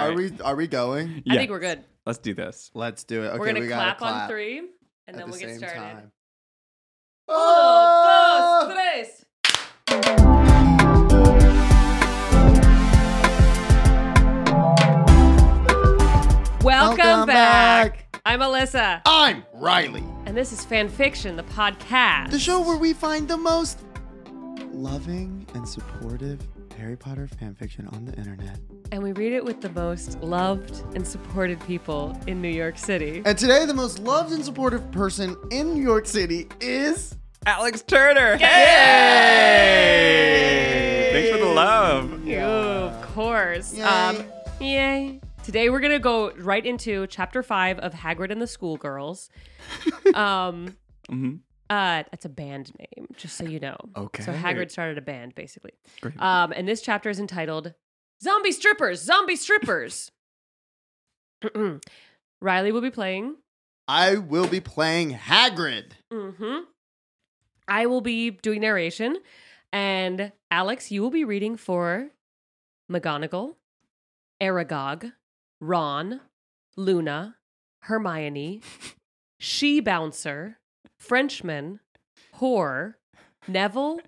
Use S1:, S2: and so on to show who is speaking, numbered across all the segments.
S1: Are we are we going?
S2: I
S3: Yeah.
S2: think we're good.
S3: Let's do this.
S1: Let's do it. Okay,
S2: we're gonna
S1: we gotta
S2: clap,
S1: clap
S2: on three, and
S1: at
S2: then
S1: the
S2: we'll get
S1: same
S2: started.
S1: time.
S2: Uno, dos,
S1: Oh!
S2: tres. Welcome,
S1: Welcome
S2: back. I'm Alyssa,
S1: I'm Riley.
S2: and this is Fan Fiction, the podcast.
S1: The show where we find the most loving and supportive Harry Potter fanfiction on the internet.
S2: and we read it with the most loved and supported people in New York City.
S1: And today, the most loved and supportive person in New York City is
S3: Alex Turner. Hey! Thanks for the love.
S2: Ew, of course.
S1: Yay.
S2: Um, yay. Today we're gonna go right into chapter five of Hagrid and the Schoolgirls. um,
S3: hmm
S2: uh, that's a band name, just so you know.
S1: Okay.
S2: So Hagrid started a band, basically.
S3: Great.
S2: Um, and this chapter is entitled "Zombie Strippers, Zombie Strippers." Riley will be playing.
S1: I will be playing Hagrid.
S2: hmm I will be doing narration, and Alex, you will be reading for McGonagall, Aragog, Ron, Luna, Hermione, She Bouncer, Frenchman, Whore, Neville,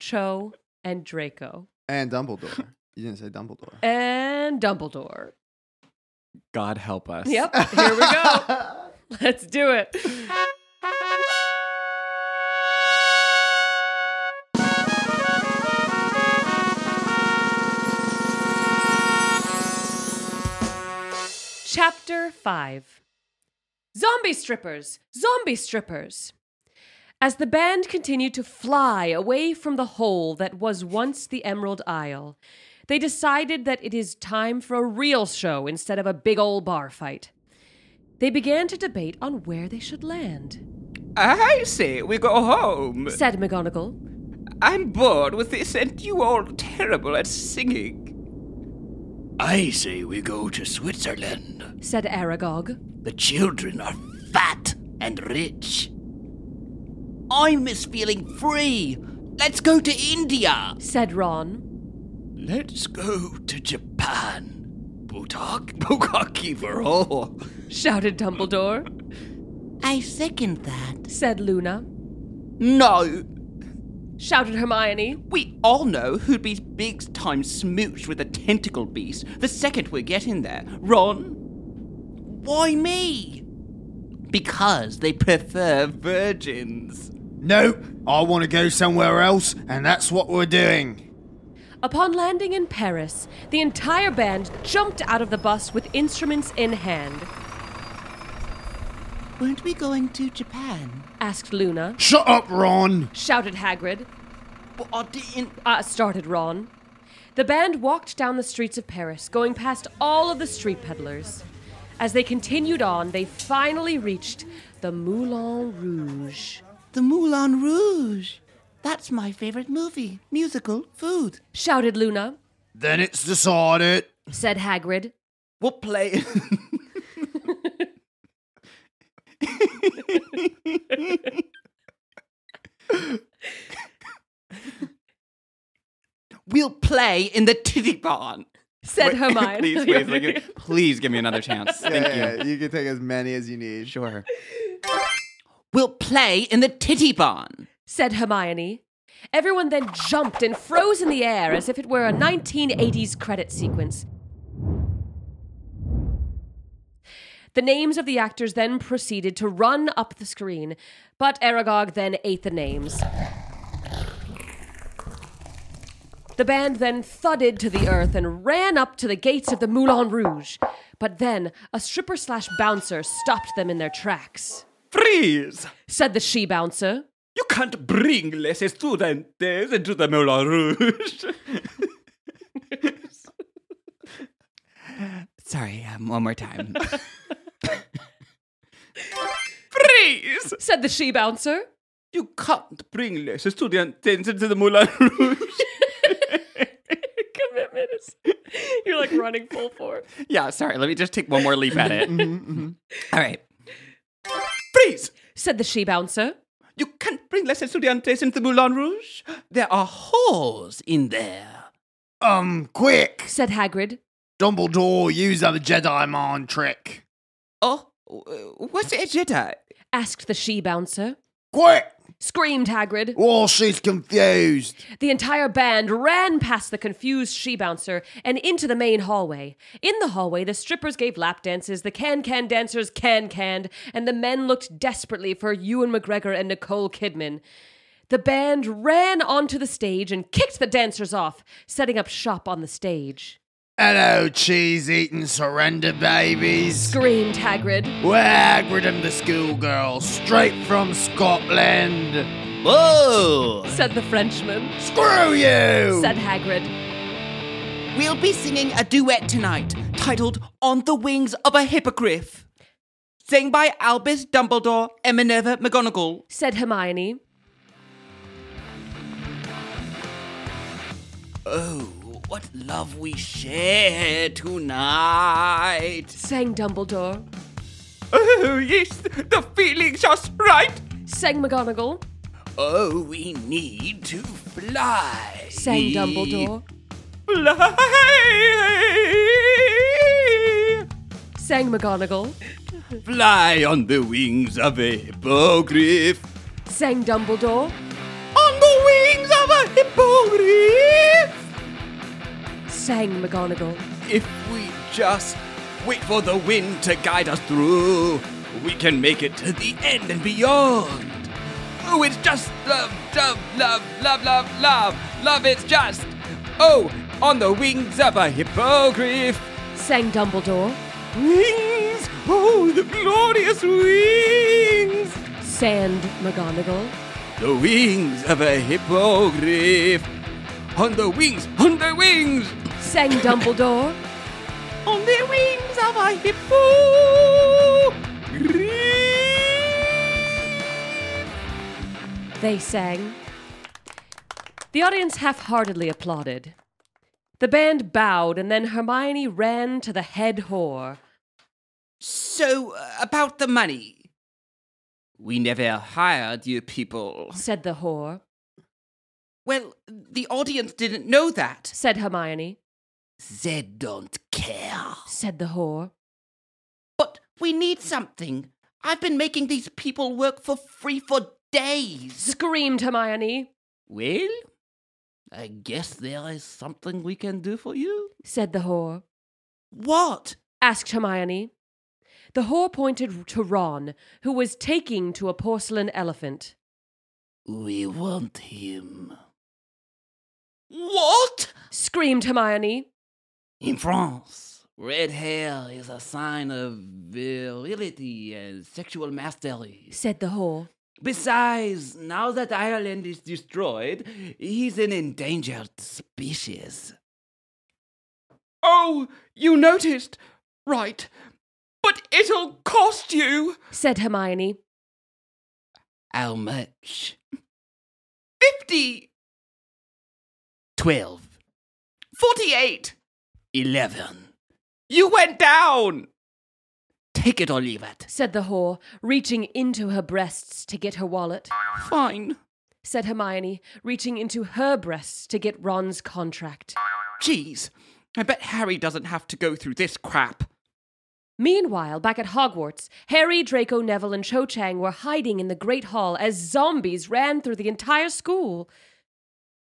S2: Cho, and Draco,
S1: And Dumbledore. You didn't say Dumbledore.
S2: and Dumbledore.
S3: God help us.
S2: Yep, here we go. Let's do it. Chapter 5 Zombie Strippers! Zombie Strippers! As the band continued to fly away from the hole that was once the Emerald Isle, they decided that it is time for a real show instead of a big old bar fight. They began to debate on where they should land,
S3: I say we go home.
S2: said McGonagall.
S3: I'm bored with this, and you all terrible at singing.
S4: I say we go to Switzerland.
S2: Said Aragog.
S4: The children are fat and rich. I miss feeling free. Let's go to India.
S2: Said Ron.
S4: Let's go to Japan. Botak, Bukaki for all.
S2: Shouted Dumbledore.
S4: I second that.
S2: Said Luna.
S3: No,
S2: Shouted Hermione.
S3: we all know who'd be big time smooched with a tentacle beast the second we get in there. Ron,
S4: Why me? Because they
S3: prefer virgins.
S1: Nope. I want to go somewhere else, and that's what we're doing.
S2: Upon landing in Paris, the entire band jumped out of the bus with instruments in hand.
S4: weren't we going to Japan?
S2: Asked Luna.
S1: Shut up, Ron.
S2: Shouted Hagrid.
S4: But I didn't.
S2: Uh, started Ron. The band walked down the streets of Paris, going past all of the street peddlers. As they continued on, they finally reached the Moulin Rouge.
S4: The Moulin Rouge. That's my favorite movie, musical, food.
S2: Shouted Luna,
S1: Then it's decided.
S2: said Hagrid.
S3: We'll play. we'll play in the titty barn.
S2: Said
S3: Wait,
S2: Hermione.
S3: please, please, like, give- please give me another chance. Thank you.
S1: Yeah, you can take as many as you need.
S3: Sure. We'll play in the titty barn.
S2: said Hermione. Everyone then jumped and froze in the air as if it were a 1980s credit sequence. The names of the actors then proceeded to run up the screen, but Aragog then ate the names. The band then thudded to the earth and ran up to the gates of the Moulin Rouge, but then a stripper slash bouncer stopped them in their tracks.
S3: Freeze!
S2: Said the she bouncer,
S3: You can't bring les estudiantes into the Moulin Rouge. Sorry, um, one more time. Freeze!
S2: said the she bouncer.
S3: You can't bring les estudiantes into the Moulin Rouge.
S2: commitment is you're like running full force.
S3: yeah, sorry, let me just take one more leap at it. All right. Freeze!
S2: Said the she bouncer.
S3: You can't bring les estudiantes into the Moulin Rouge. There are whores in there.
S1: Um, quick.
S2: Said Hagrid.
S1: Dumbledore, use a Jedi mind trick.
S3: Oh, w- what's a Jedi?
S2: asked the she bouncer.
S1: Quick!
S2: Screamed Hagrid.
S1: Oh, she's confused.
S2: The entire band ran past the confused she bouncer and into the main hallway. In the hallway, the strippers gave lap dances, the can can dancers can canned, and the men looked desperately for Ewan McGregor and Nicole Kidman. The band ran onto the stage and kicked the dancers off, setting up shop on the stage.
S1: Hello, cheese eating surrender babies.
S2: Screamed Hagrid.
S1: We're Hagrid and the schoolgirl, straight from Scotland.
S4: Whoa!
S2: Said the Frenchman.
S1: Screw you!
S2: Said Hagrid.
S3: We'll be singing a duet tonight titled On the Wings of a Hippogriff. Sang by Albus Dumbledore and Minerva McGonagall.
S2: Said Hermione.
S4: Oh, what love we share tonight.
S2: Sang Dumbledore.
S3: Oh, yes, the feeling's just right.
S2: Sang McGonagall.
S4: Oh, we need to fly.
S2: Sang Dumbledore.
S4: Fly.
S2: Sang McGonagall.
S4: Fly on the wings of a hippogriff.
S2: Sang Dumbledore.
S4: On the wings of a hippogriff.
S2: sang McGonagall.
S4: If we just wait for the wind to guide us through, we can make it to the end and beyond. Oh, it's just love, love, love, love, love, love. Love is just. Oh, on the wings of a hippogriff.
S2: Sang Dumbledore.
S4: Wings! Oh, the glorious wings!
S2: Sand McGonagall.
S4: The wings of a hippogriff! On the wings! On the wings!
S2: Sang Dumbledore.
S4: On the wings of a hippogriff!
S2: They sang. The audience half heartedly applauded. The band bowed, and then Hermione ran to the head whore.
S3: So, uh, about the money. We never hired you people.
S2: Said the whore.
S3: Well, the audience didn't know that.
S2: Said Hermione.
S4: They don't care.
S2: Said the whore.
S3: But we need something. I've been making these people work for free for days.
S2: Screamed Hermione.
S4: Well, I guess there is something we can do for you.
S2: Said the whore.
S3: What?
S2: asked Hermione. The whore pointed to Ron, who was taking to a porcelain elephant.
S4: We want him.
S3: What?
S2: Screamed Hermione.
S4: In France, red hair is a sign of virility and sexual mastery.
S2: Said the whore.
S4: Besides, now that Ireland is destroyed, he's an endangered species.
S3: Oh, you noticed. Right. But it'll cost you
S2: Said Hermione.
S4: How much?
S3: 50,
S4: Twelve.
S3: 48.
S4: Eleven.
S3: You went down.
S4: Take it or leave it.
S2: said the whore, reaching into her breasts to get her wallet,
S3: Fine.
S2: said Hermione, reaching into her breasts to get Ron's contract.
S3: Jeez. I bet Harry doesn't have to go through this crap.
S2: Meanwhile, back at Hogwarts, Harry, Draco, Neville, and Cho Chang were hiding in the Great Hall as zombies ran through the entire school.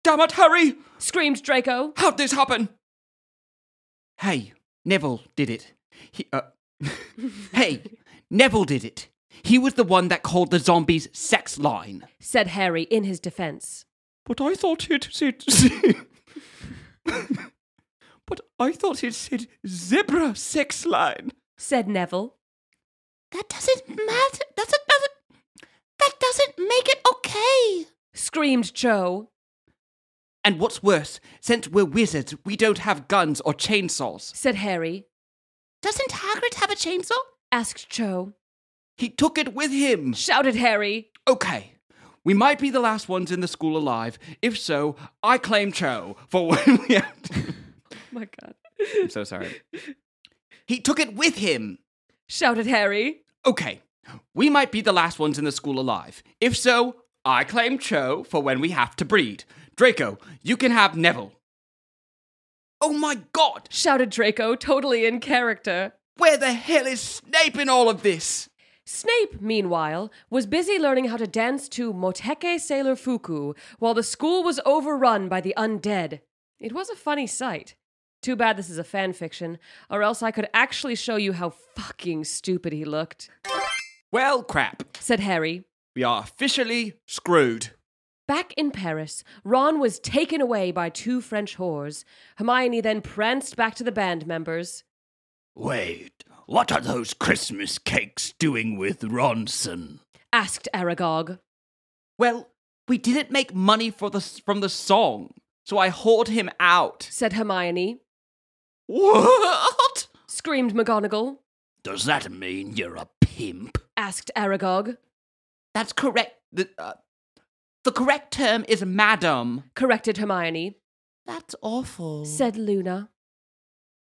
S3: Damn it, Harry!
S2: Screamed Draco.
S3: How'd this happen? Hey, Neville did it. He, uh, hey, Neville did it. He was the one that called the zombies sex line.
S2: Said Harry in his defense.
S3: But I thought it said. but I thought it said zebra sex line.
S2: Said Neville.
S3: That doesn't matter. Doesn't doesn't. That doesn't make it okay.
S2: Screamed Cho.
S3: And what's worse, since we're wizards, we don't have guns or chainsaws.
S2: Said Harry.
S3: Doesn't Hagrid have a chainsaw?
S2: Asked Cho.
S3: He took it with him.
S2: Shouted Harry.
S3: Okay. We might be the last ones in the school alive. If so, I claim Cho for when we have to.
S2: Oh my god.
S3: I'm so sorry. He took it with him.
S2: Shouted Harry.
S3: Okay. We might be the last ones in the school alive. If so, I claim Cho for when we have to breed. Draco, you can have Neville. Oh my god!
S2: shouted Draco, totally in character.
S3: Where the hell is Snape in all of this?
S2: Snape, meanwhile, was busy learning how to dance to Moteke Sailor Fuku while the school was overrun by the undead. It was a funny sight. Too bad this is a fan fiction, or else I could actually show you how fucking stupid he looked,
S3: Well, crap.
S2: said Harry.
S3: We are officially screwed.
S2: Back in Paris, Ron was taken away by two French whores. Hermione then pranced back to the band members.
S4: Wait, what are those Christmas cakes doing with Ronson?
S2: Asked Aragog.
S3: Well, we didn't make money for the, from the song, so I hauled him out.
S2: said Hermione.
S3: What?
S2: Screamed McGonagall.
S4: Does that mean you're a pimp?
S2: Asked Aragog.
S3: That's correct. The, uh, the correct term is madam.
S2: Corrected Hermione.
S3: That's awful.
S2: Said Luna.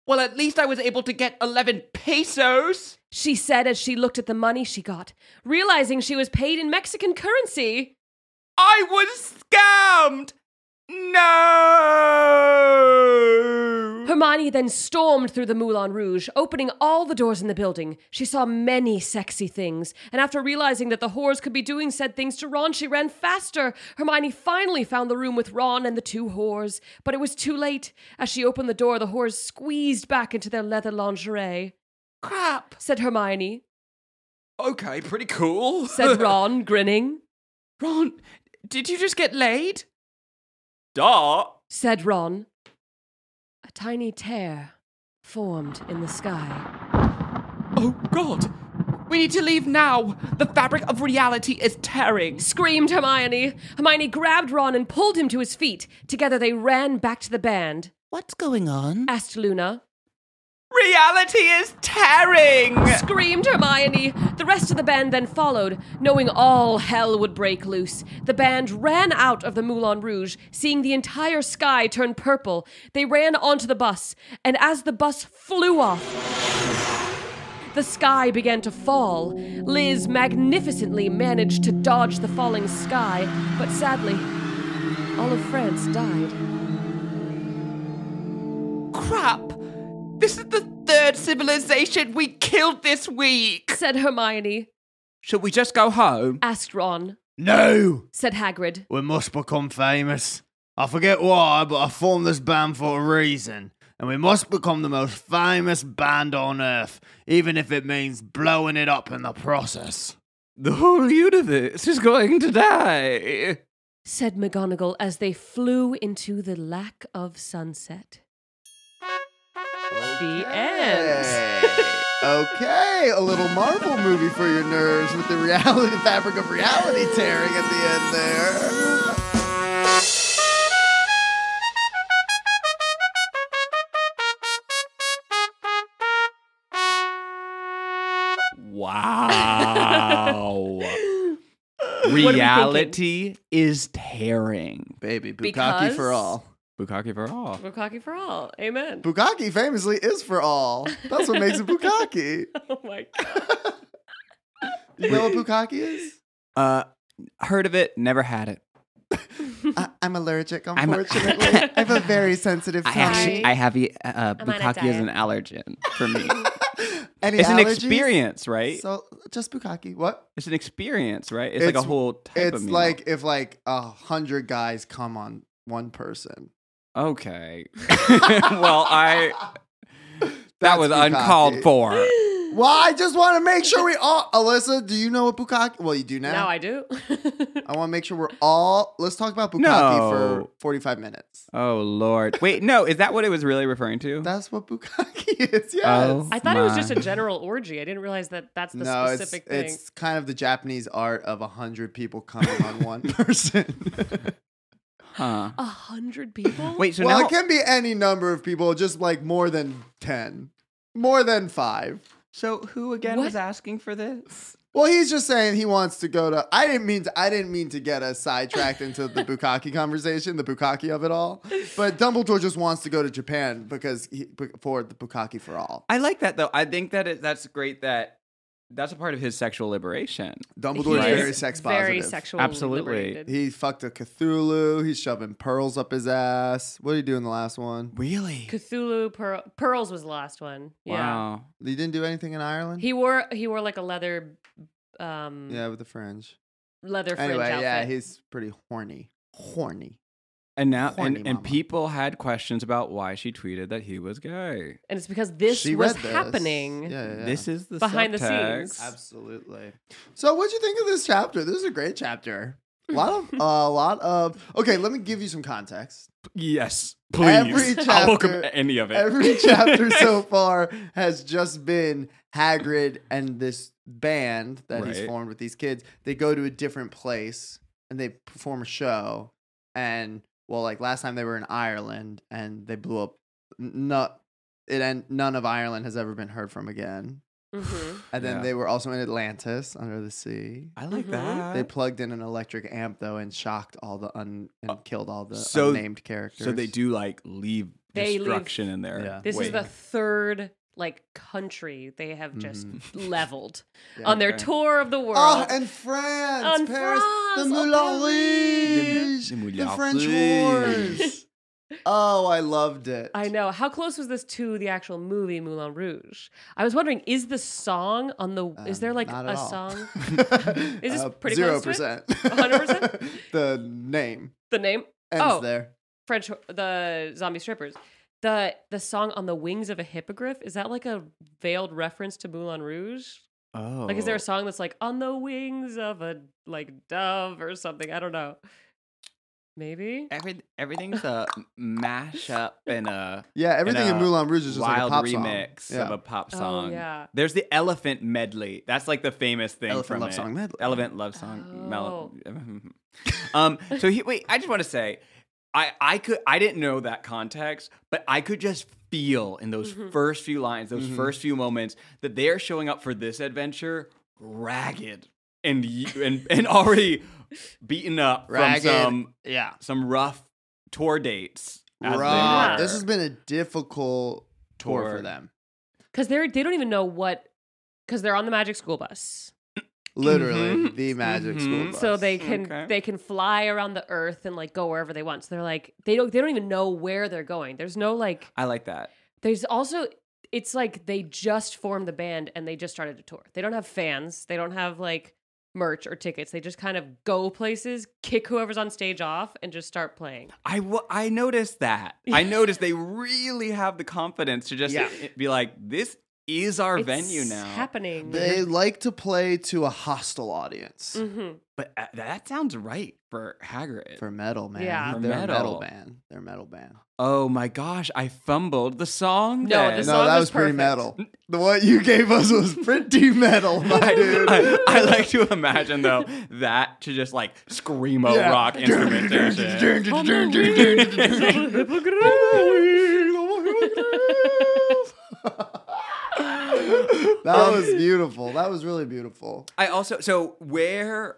S3: well, at least I was able to get 11 pesos.
S2: She said as she looked at the money she got, realizing she was paid in Mexican currency.
S3: I was scammed. No.
S2: Hermione then stormed through the Moulin Rouge, opening all the doors in the building. She saw many sexy things, and after realizing that the whores could be doing said things to Ron, she ran faster. Hermione finally found the room with Ron and the two whores, but it was too late. As she opened the door, the whores squeezed back into their leather lingerie.
S3: Crap.
S2: said Hermione,
S3: Okay, pretty cool.
S2: said Ron, grinning,
S3: Ron, did you just get laid? Duh.
S2: said Ron. A tiny tear formed in the sky.
S3: Oh, God. We need to leave now. The fabric of reality is tearing.
S2: Screamed Hermione. Hermione grabbed Ron and pulled him to his feet. Together they ran back to the band.
S3: What's going on?
S2: Asked Luna.
S3: Reality is tearing.
S2: Screamed Hermione. The rest of the band then followed, knowing all hell would break loose. The band ran out of the Moulin Rouge, seeing the entire sky turn purple. They ran onto the bus, and as the bus flew off, the sky began to fall. Liz magnificently managed to dodge the falling sky, but sadly, all of France died.
S3: Crap. This is the third civilization we killed this week.
S2: Said Hermione.
S3: Should we just go home?
S2: Asked Ron.
S1: No!
S2: Said Hagrid.
S1: We must become famous. I forget why, but I formed this band for a reason. And we must become the most famous band on earth, even if it means blowing it up in the process.
S4: The whole universe is going to die.
S2: said McGonagall as they flew into the lack of sunset. The end.
S1: okay, a little Marvel movie for your nerves with the reality, the fabric of reality tearing at the end there.
S4: Wow.
S2: we
S4: Reality is tearing.
S1: Baby, bukkake
S2: Because-
S1: for all.
S4: Bukaki for all.
S2: We're cocky for all. Amen.
S1: Bukkake famously is for all. That's what makes it bukkake.
S2: Oh my god.
S1: You know what bukkake is?
S4: Uh, heard of it, never had it.
S1: I- I'm allergic,
S4: a-
S1: unfortunately. I have a very sensitive
S4: I
S1: tummy.
S4: actually, I have uh, uh,
S2: I'm on a
S4: bukkake is
S2: diet.
S4: an allergen for me.
S1: Any
S4: it's an
S1: allergies?
S4: experience, right?
S1: So just bukkake. What?
S4: it's an experience, right? It's, like
S1: It's-
S4: a whole type of
S1: It's
S4: meal.
S1: like if like a hundred guys come on one person.
S4: okay. well, I that
S1: That's
S4: was
S1: bukkake.
S4: uncalled for.
S1: Well, I just want to make sure we all. Alyssa, do you know what bukkake? Well, you do now.
S2: Now I do.
S1: I want to make sure we're all. Let's talk about bukkake
S4: No.
S1: for forty-five minutes.
S4: Oh Lord! Wait, no, is that what it was really referring to?
S1: That's what bukkake is. Yes.
S4: Oh.
S2: I thought it was
S4: My.
S2: just a general orgy. I didn't realize that that's the
S1: no, it's
S2: specific thing.
S1: it's kind of the Japanese art of a hundred people coming on one person.
S4: huh.
S2: A hundred people?
S4: Wait, so
S1: well,
S4: now
S1: it can be any number of people, just like more than ten, more than five.
S4: so who again
S2: What?
S4: was asking for this?
S1: Well, he's just saying he wants to go to. I didn't mean. To, I didn't mean to get us sidetracked into the bukkake conversation, the bukkake of it all. But Dumbledore just wants to go to Japan because he, for the bukkake for all.
S4: I like that though. I think that it, that's great that
S5: That's a part of his sexual liberation.
S2: He
S1: Dumbledore is
S2: is
S1: very sex positive.
S2: Very sexual.
S5: Absolutely.
S2: liberated.
S1: He fucked a Cthulhu. He's shoving pearls up his ass. What did he do in the last one?
S5: Really?
S2: Cthulhu Pearl, Pearls was the last one. Yeah.
S5: Wow.
S1: He didn't do anything in Ireland.
S2: He wore he wore like a leather um
S1: yeah, with the fringe.
S2: leather fringe
S1: Anyway,
S2: outfit.
S1: yeah, he's pretty horny. Horny.
S5: And now,
S1: Horny
S5: and, and
S1: mama.
S5: people had questions about why she tweeted that he was gay.
S2: and it's because this
S1: She
S2: was
S1: read this.
S2: happening.
S1: Yeah, yeah, yeah.
S5: This is the
S2: Behind the
S5: subtext.
S2: scenes.
S1: Absolutely. So, what'd you think of this chapter? This is a great chapter. A lot of, a lot of. Okay, let me give you some context.
S5: Yes, please.
S1: Every
S5: I'll welcome
S1: chapter-
S5: any of it.
S1: Every chapter so far has just been Hagrid and this band that he's
S5: Right.
S1: formed with these kids. They go to a different place and they perform a show. And well, like last time they were in Ireland and they blew up. No, it and none of Ireland has ever been heard from again.
S2: Mhm.
S1: And then
S5: Yeah.
S1: they were also in Atlantis under the sea.
S5: I like
S2: Mhm.
S5: that.
S1: They plugged in an electric amp though and shocked all the un and killed all the
S5: Uh, so-
S1: unnamed characters.
S5: so they do like leave
S2: They leave-
S5: destruction in there.
S1: Yeah.
S2: This is
S5: Wait.
S2: the third like country they have just leveled
S1: Mm-hmm. Yeah.
S2: on their
S5: Okay.
S2: tour of the world.
S1: Oh, and France,
S2: And
S1: Paris,
S2: France,
S1: the
S2: oh,
S1: Moulin Rouge,
S5: Paris. The
S1: the,
S5: Moulin
S1: French
S5: Rouge.
S1: Wars. oh, I loved it.
S2: I know. How close was this to the actual movie Moulin Rouge? I was wondering, is the song on the? is there
S1: Um,
S2: like
S1: not
S2: a
S1: at all.
S2: song?
S1: Is
S2: this pretty
S1: Uh, zero
S2: close to
S1: percent?
S2: 100%?
S1: The name
S2: The name
S1: ends
S2: Oh.
S1: there.
S2: French the zombie strippers. The the song on the wings of a hippogriff is that like a veiled reference to Moulin Rouge?
S5: Oh.
S2: Like, is there a song that's like on the wings of a like dove or something? I don't know. Maybe.
S5: Every, everything's a mash up and a
S1: Yeah, everything in
S5: a
S1: Moulin Rouge is just
S5: uh, wild
S1: like a pop song.
S5: remix
S1: Yeah.
S5: of a pop
S2: Oh,
S5: song.
S2: yeah.
S5: There's the elephant medley. That's like the famous thing
S1: Elephant
S5: from
S1: love
S5: it.
S1: song medley.
S5: Elephant love song mel- um. So he, wait, I just want to say, I I could I didn't know that context, but I could just feel in those first few lines, those
S1: Mm-hmm.
S5: first few moments, that they are showing up for this adventure ragged and y- and and already beaten up
S1: Ragged.
S5: from some
S1: yeah.
S5: some rough tour dates. as they
S1: Right.
S5: were.
S1: This has been a difficult tour,
S5: Tour.
S1: for them.
S2: Because they're they don't even know what because they're on the magic school bus.
S1: Literally, the magic
S5: Mhm.
S1: school bus.
S2: So they can
S5: Okay.
S2: they can fly around the earth and like go wherever they want. So they're like they don't they don't even know where they're going. There's no like
S5: I like that.
S2: there's also it's like they just formed the band and they just started a tour. They don't have fans. They don't have like merch or tickets. They just kind of go places, kick whoever's on stage off, and just start playing.
S5: I wa- I noticed that. I noticed they really have the confidence to just
S1: Yeah.
S5: i- be like, this is our
S2: It's
S5: venue now.
S2: happening.
S1: They like to play to a hostile audience
S2: Mhm.
S5: but uh, that sounds right for Hagrid.
S1: for metal, man.
S2: Yeah.
S5: For
S1: They're a
S5: metal.
S1: metal band. They're a metal band.
S5: oh my gosh, I fumbled the song.
S2: No,
S5: then.
S2: The
S1: no,
S2: song
S1: that
S2: was
S1: was pretty
S2: perfect.
S1: metal. The what you gave us was pretty metal, my dude.
S5: I, I like to imagine though that to just like screamo
S1: Yeah.
S5: rock instrumentation.
S2: On the wings of a hippogriff.
S1: that was beautiful. That was really beautiful.
S5: I also so where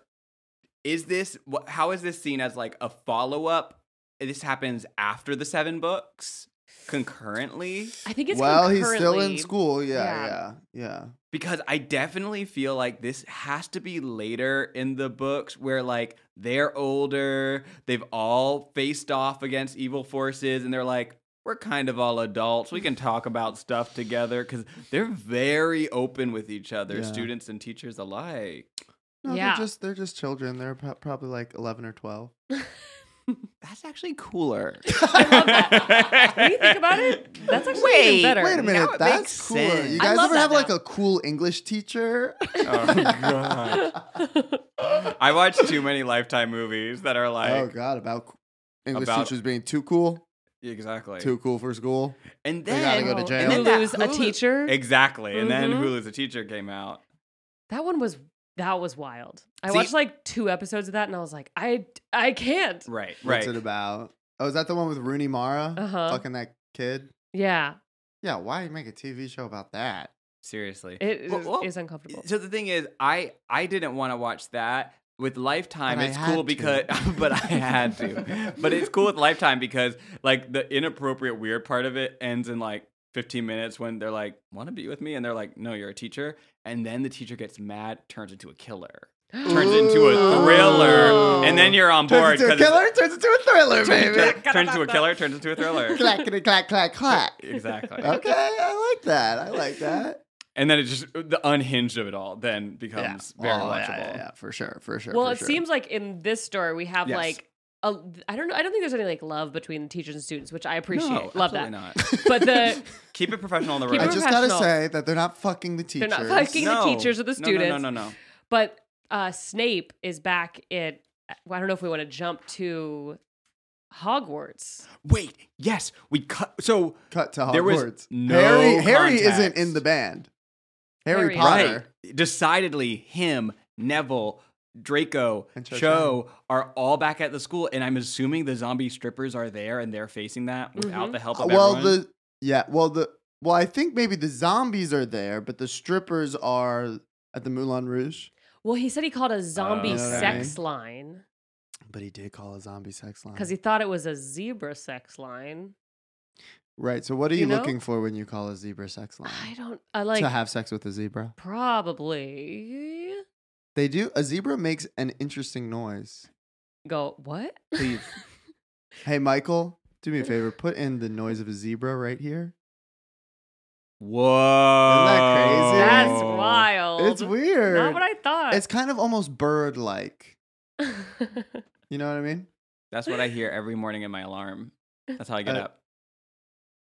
S5: is this? wh- How is this seen as like a follow up? This happens after the seven books concurrently.
S2: I think it's
S1: well, he's still in
S2: concurrently.
S1: school.
S2: Yeah.
S1: Yeah, yeah, yeah.
S5: because I definitely feel like this has to be later in the books where like they're older, they've all faced off against evil forces and they're like we're kind of all adults. We can talk about stuff together cuz they're very open with each other,
S1: Yeah.
S5: students and teachers alike.
S1: No,
S2: Yeah.
S1: they're just they're just children. They're pro- probably like eleven or twelve.
S5: That's actually cooler.
S2: I love that. when you think about it, that's actually even
S5: Wait,
S2: better.
S1: Wait a minute,
S5: Now it
S1: that's
S5: makes
S1: cool.
S5: sense.
S1: You
S2: I
S1: guys
S2: love
S1: ever
S2: that
S1: have like
S2: now.
S1: a cool English teacher?
S5: oh god. I watched too many lifetime movies that are like
S1: oh god, about co- English
S5: About-
S1: teachers being too cool,
S5: exactly.
S1: too cool for school.
S5: and
S1: They gotta
S5: then
S1: go to
S2: Oh,
S1: jail. And
S2: And then
S1: then
S2: lose
S5: that
S2: a
S5: Hulu-
S2: teacher.
S5: Exactly. And then
S2: Mhm.
S5: Hulu's a teacher came out.
S2: That one was that was wild. I
S5: See-
S2: watched like two episodes of that, and I was like, I I can't.
S5: Right, right.
S1: What's it about? Oh, is that the one with Rooney Mara
S2: Uh-huh.
S1: fucking that kid?
S2: Yeah,
S1: Yeah, why make a TV show about that?
S5: Seriously.
S2: it is,
S5: Well, well,
S2: is uncomfortable.
S5: So the thing is, I I didn't want to watch that with Lifetime.
S1: But I
S5: it's
S1: had
S5: cool
S1: to.
S5: because, but I had to. But it's cool with Lifetime because like the inappropriate weird part of it ends in like 15 minutes when they're like, want to be with me? And they're like, no, you're a teacher. And then the teacher gets mad, turns into a killer, turns into a thriller. And then you're on board.
S1: Turns into a
S5: 'cause it's-
S1: killer, turns into a thriller, baby.
S5: Turn- Turns into a killer, turns into a thriller.
S1: Clackety clack clack clack.
S5: exactly.
S1: Okay, I like that. I like that.
S5: And then it just, the unhinged of it all then becomes very
S1: Oh,
S5: watchable.
S1: yeah, yeah, yeah, for sure, for sure.
S2: well,
S1: for
S2: it
S1: sure.
S2: seems like in this story we have
S5: Yes.
S2: like a, I don't know. I don't think there's any like love between the teachers and students, which I appreciate.
S5: No,
S2: Love that.
S5: absolutely Not.
S2: But the
S5: Keep it professional on the
S2: Keep
S5: road.
S2: it
S1: I just gotta
S2: professional.
S1: say that they're not fucking the
S2: They're
S1: teachers.
S2: not fucking- the teachers or the
S5: No, No,
S2: students.
S5: no, no, no.
S2: but uh, Snape is back at. Well, I don't know if we want to jump to Hogwarts.
S5: Wait, yes, we cut. So
S1: Cut to Hogwarts.
S5: There was no
S1: Harry, Harry
S5: context.
S1: isn't in the band. Harry,
S2: Harry is.
S1: Potter.
S5: right, decidedly, him, Neville, Draco,
S1: And Cho
S5: Cho are all back at the school, and I'm assuming the zombie strippers are there and they're facing that without
S2: Mhm.
S5: the help
S1: Uh,
S5: of
S1: well,
S5: everyone.
S1: the yeah, well the well, I think maybe the zombies are there, but the strippers are at the Moulin Rouge.
S2: Well, he said he called a
S1: Uh,
S2: zombie
S5: Okay.
S2: sex line
S1: But he did call a zombie sex line.
S2: because he thought it was a zebra sex line.
S1: right. So what are
S2: You
S1: you,
S2: know?
S1: looking for when you call a zebra sex line?
S2: I don't. I like
S1: to have sex with a zebra.
S2: probably
S1: They do. A zebra makes an interesting noise.
S2: go what?
S1: Oh.
S5: Please.
S1: Hey, Michael, do me a favor. Put in the noise of a zebra right here.
S5: Whoa,
S1: crazy?
S2: That's
S1: Oh.
S2: wild.
S1: It's weird.
S2: Not what I thought.
S1: It's kind of almost bird-like. You know what I mean?
S5: That's what I hear every morning in my alarm. That's how I get
S1: Uh,
S5: up.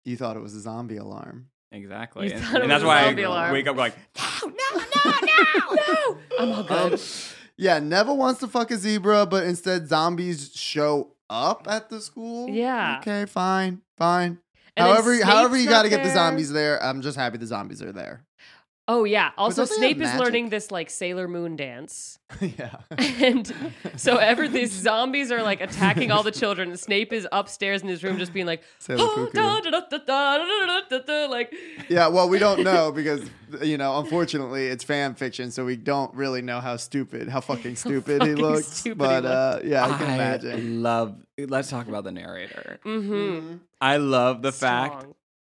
S1: You thought it was a zombie alarm.
S5: Exactly,
S2: you
S5: and,
S2: thought it
S5: and
S2: was
S5: that's
S2: a
S5: why
S2: zombie
S5: I
S2: alarm.
S5: wake up like
S1: No, no, no, no.
S2: I'm all good.
S1: Um, yeah, Neville wants to fuck a zebra, but instead zombies show up at the school.
S2: Yeah.
S1: Okay, fine, fine.
S2: And then
S1: however,
S2: Snape's
S1: however you
S2: not
S1: got to get the
S2: there.
S1: zombies there. I'm just happy the zombies are there.
S2: Oh yeah. Also,
S1: don't they have
S2: Snape is
S1: magic?
S2: learning this like Sailor Moon dance,
S1: yeah.
S2: and so ever these zombies are like attacking all the children. And Snape is upstairs in his room, just being like,
S1: Sailor
S2: "Oh,
S1: Fuku.
S2: da, da, da, da, da, da, da, da, da," like
S1: Yeah, well, we don't know because you know, unfortunately, it's fan fiction, so we don't really know how stupid, how fucking stupid he
S2: fucking
S1: looks.
S2: stupid he
S1: but uh, yeah, I can imagine.
S5: love. Let's talk about the narrator.
S2: mm-hmm.
S5: I love the fact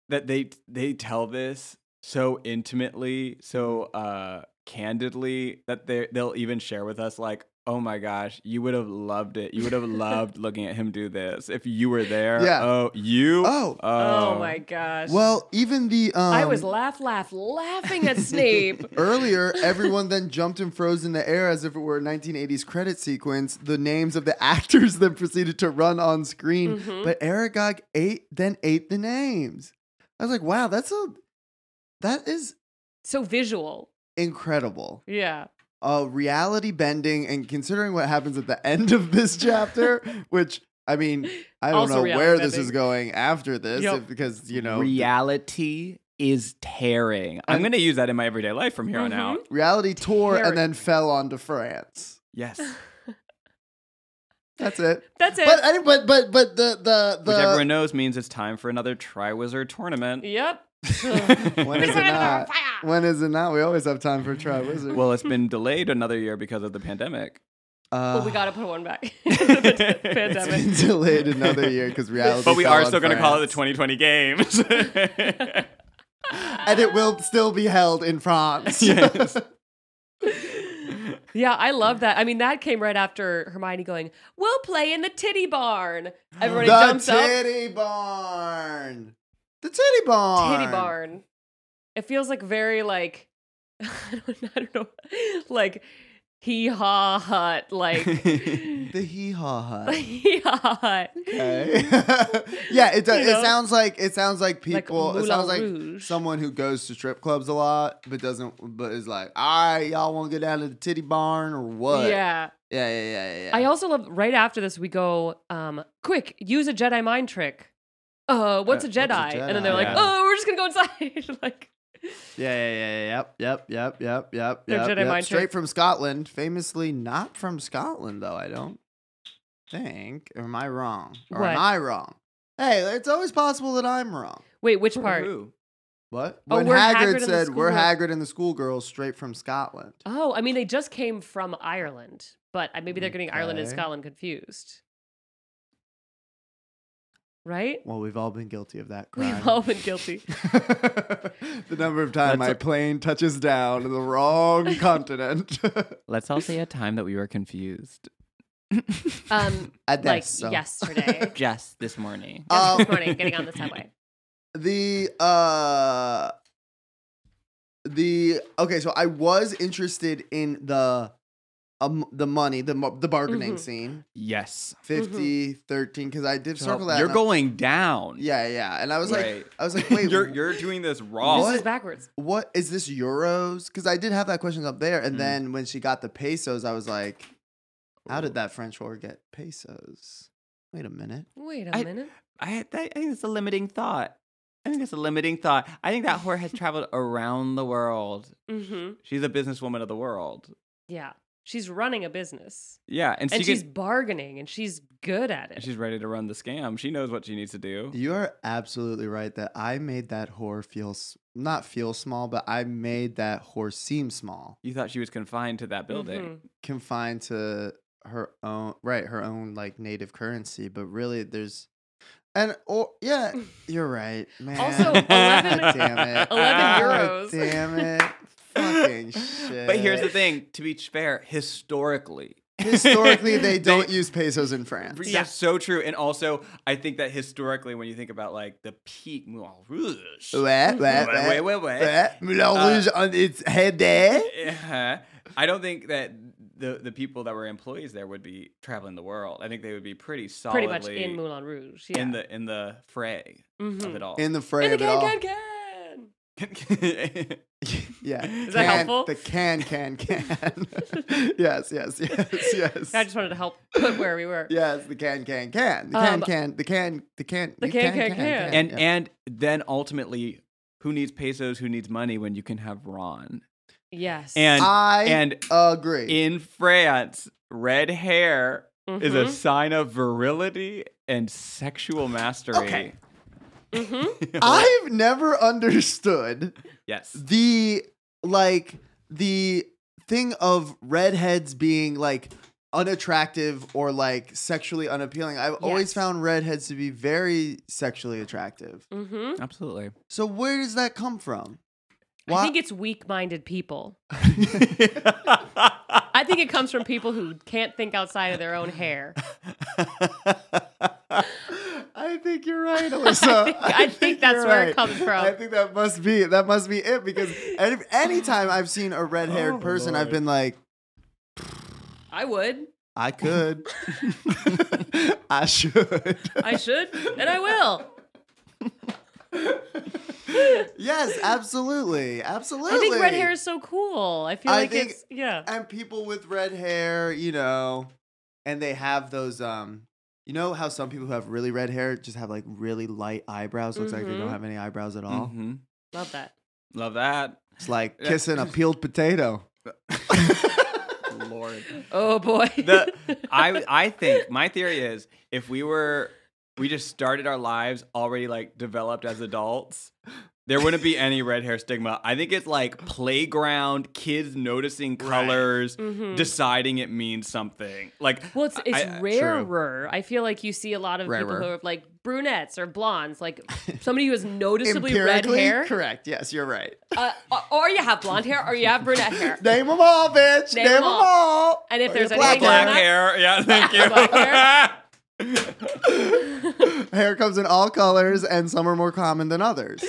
S5: that they they tell this so intimately, so uh candidly that they they'll even share with us like, "Oh my gosh, you would have loved it. You would have loved looking at him do this if you were there."
S1: Yeah.
S5: Oh, you?
S1: Oh.
S2: Oh my gosh.
S1: Well, even the um,
S2: I was laugh, laugh, laughing at Snape.
S1: Earlier, everyone then jumped and froze in the air as if it were a 1980s credit sequence. The names of the actors then proceeded to run on screen,
S2: Mhm.
S1: but Aragog ate then ate the names. I was like, wow, that's a that is
S2: so visual.
S1: incredible.
S2: Yeah.
S1: Uh, reality bending, and considering what happens at the end of this chapter, which I mean, I don't
S2: Also
S1: know
S2: reality
S1: where this
S2: bending.
S1: is going after this,
S2: Yep.
S1: if- because you know,
S5: reality is tearing. I'm
S1: And-
S5: going to use that in my everyday life from here on
S2: Mhm.
S5: out.
S1: reality tore
S2: Terry.
S1: and then fell onto France.
S5: Yes.
S1: That's it.
S2: That's it.
S1: But I didn't- but but but the the the
S5: Which everyone knows means it's time for another Triwizard tournament.
S2: yep.
S1: When is it not? When is it not? We always have time for Try Wizard.
S5: well, it's been delayed another year because of the pandemic.
S1: uh,
S2: well, we got to put one back. The
S1: it's been
S2: Pandemic.
S1: delayed another year because reality.
S5: But we
S1: fell
S5: are
S1: on
S5: still going to call it the
S1: France.
S5: 2020 games.
S1: and it will still be held in France.
S5: Yes.
S2: Yeah, I love that. I mean, that came right after Hermione going, "We'll play in the titty barn." Everybody
S1: the
S2: jumps up.
S1: titty barn. The titty barn.
S2: Titty barn. It feels like very like I don't, I don't know, like hee haw hut, like
S1: The hee haw hut.
S2: hee haw hut.
S1: Okay. yeah, it does.
S2: You know?
S1: It sounds like it sounds like people.
S2: Moulin
S1: it sounds like
S2: Rouge.
S1: someone who goes to strip clubs a lot, but doesn't. But is like, all right, y'all want to go down to the titty barn or what?
S2: Yeah.
S1: yeah, yeah, yeah, yeah, yeah.
S2: I also love right after this we go, um, quick, use a Jedi mind trick. Uh, what's
S5: Uh,
S2: a Jedi?
S1: what's a
S2: And then they're
S1: Jedi?
S2: like,
S5: Yeah.
S2: oh, we're just gonna go inside. like,
S1: Yeah, yeah, yeah, yeah, yep, yep, yep, yep, yep,
S2: Their
S1: yep.
S2: Jedi
S1: yep.
S2: mind
S1: Straight
S2: trick.
S1: from Scotland, famously not from Scotland though. I don't think. Or am I wrong? Or
S2: What?
S1: am I wrong? Hey, it's always possible that I'm wrong.
S2: wait, which part?
S1: What?
S2: Oh,
S1: when
S2: we're Hagrid
S1: Hagrid,
S2: and the
S1: said, "We're
S2: schoolgirl."
S1: Hagrid and the schoolgirls, straight from Scotland."
S2: Oh, I mean, they just came from Ireland, but uh, maybe they're getting Ireland and
S1: Okay.
S2: Scotland confused. right?
S1: Well, we've all been guilty of that crime.
S2: We've all been guilty.
S1: the number of times my plane touches down in the wrong continent.
S5: Let's all say a time that we were confused.
S2: Um,
S1: I guess
S2: like
S1: so.
S2: yesterday.
S5: Just this morning.
S1: Uh,
S2: this morning, getting on the subway.
S1: the uh the okay so i was interested in the um the money the mo- the bargaining
S2: Mhm.
S1: scene
S5: yes.
S1: 50 13 because i did circle that
S5: You're
S1: and I-
S5: going down.
S1: yeah yeah and i was
S5: Right.
S1: like i was like wait
S4: you're you're doing this wrong.
S2: This
S1: What?
S2: is backwards.
S1: what is this euros because i did have that question up there
S5: Mm.
S1: and then when she got the pesos i was like how
S5: Oh.
S1: did that french whore get pesos wait a minute
S2: Wait a
S5: I-
S2: minute.
S5: I, that, I think that's a limiting thought. I think that's a limiting thought. I think that whore has traveled around the world.
S2: hmm
S5: She's a businesswoman of the world.
S2: Yeah, she's running a business,
S5: Yeah, and,
S2: and
S5: she
S2: she's
S5: she's
S2: bargaining, and she's good at it.
S5: she's ready to run the scam. She knows what she needs to do.
S1: You are absolutely right that I made that whore feel s- not feel small, but I made that whore seem small,
S5: You thought she was confined to that building.
S2: Mhm.
S1: confined to her own right, her own like native currency. But really, there's and or yeah, you're right, man.
S5: Mm-hmm.
S2: Also,
S1: God
S2: 11,
S1: damn it,
S2: 11
S1: God
S2: euros.
S1: damn it, fucking shit.
S5: But here's the thing, to be fair, historically.
S1: historically they don't use pesos in France.
S5: That's so true. And also, I think that historically, when you think about like the peak Moulin Rouge,
S1: Wait, wait,
S5: wait, Uh, wait, wait.
S1: wait. Moulin Rouge on its head there.
S5: Uh-huh. I don't think that the the people that were employees there would be traveling the world. I think they would be pretty
S2: pretty
S5: solidly
S2: much in Moulin Rouge. Yeah.
S5: in the in the fray
S2: Mhm.
S5: of it all.
S1: In the fray
S2: In
S1: of
S2: the
S1: it all.
S2: can, can, can.
S1: Yeah.
S5: Is
S1: Can-
S2: that helpful?
S1: The can, can, can. yes, yes, yes, yes.
S2: I just wanted to help put where we were.
S1: yes, the can, can, can. The
S2: Um,
S1: can, can, the can, the can.
S2: the
S1: you
S2: can, can, can.
S5: and
S1: yeah.
S5: and then ultimately, who needs pesos? Who needs money when you can have Ron?
S2: Yes.
S5: And
S1: I
S5: and
S1: agree.
S5: in France, red hair
S2: Mm-hmm.
S5: is a sign of virility and sexual mastery.
S1: Okay.
S2: hmm
S1: I've never understood
S5: Yes.
S1: the like the thing of redheads being like unattractive or like sexually unappealing. I've always
S2: Yes.
S1: found redheads to be very sexually attractive.
S2: hmm
S5: Absolutely.
S1: So where does that come from?
S2: I think it's weak-minded people. I think it comes from people who can't think outside of their own hair.
S1: I think you're right, Alyssa.
S2: think- I think that's
S1: you're
S2: where it comes from.
S1: I think that must be that must be it because any anytime I've seen a red-haired person, I've been like,
S2: I would.
S1: I could, I should.
S2: I should, and I will.
S1: yes, absolutely, absolutely.
S2: I think red hair is so cool. I feel
S1: I
S2: like
S1: think-
S2: it's yeah.
S1: and people with red hair, you know, and they have those um you know how some people who have really red hair just have like really light eyebrows, looks like they don't
S2: Mhm.
S1: have any eyebrows at all.
S5: hmm
S2: Love that.
S5: Love that.
S1: It's like kissing a peeled potato.
S5: Lord.
S2: Oh boy.
S5: The, I, I think my theory is if we were, we just started our lives already like developed as adults, there wouldn't be any red hair stigma. I think it's like playground, kids noticing colors,
S2: Mhm.
S5: deciding it means something. Like,
S2: Well, it's, it's
S5: I- I- true.
S2: rarer. I feel like you see a lot of people who
S1: Rarer.
S2: are like brunettes or blondes, like somebody who has noticeably red
S1: Empirically
S2: hair,
S1: correct. Yes, you're right.
S2: uh, or- or you have blonde hair, or you have brunette hair.
S1: Name them all, bitch. Name,
S2: Name 'em
S1: them all.
S2: And if
S1: Or
S2: there's
S1: you're
S2: any
S1: black
S5: black
S2: donut-
S5: hair. Yeah, thank you.
S2: Black hair.
S1: Hair comes in all colors, and some are more common than others.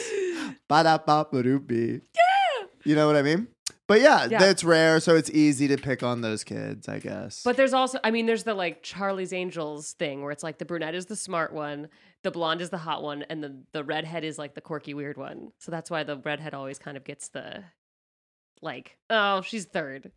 S1: ba da ba Yeah. You know what I mean? But yeah,
S2: Yeah.
S1: that's rare, so it's easy to pick on those kids, I guess.
S2: But there's also, I mean, there's the like Charlie's Angels thing where it's like the brunette is the smart one, the blonde is the hot one, and the the redhead is like the quirky weird one. So that's why the redhead always kind of gets the like, oh, she's third.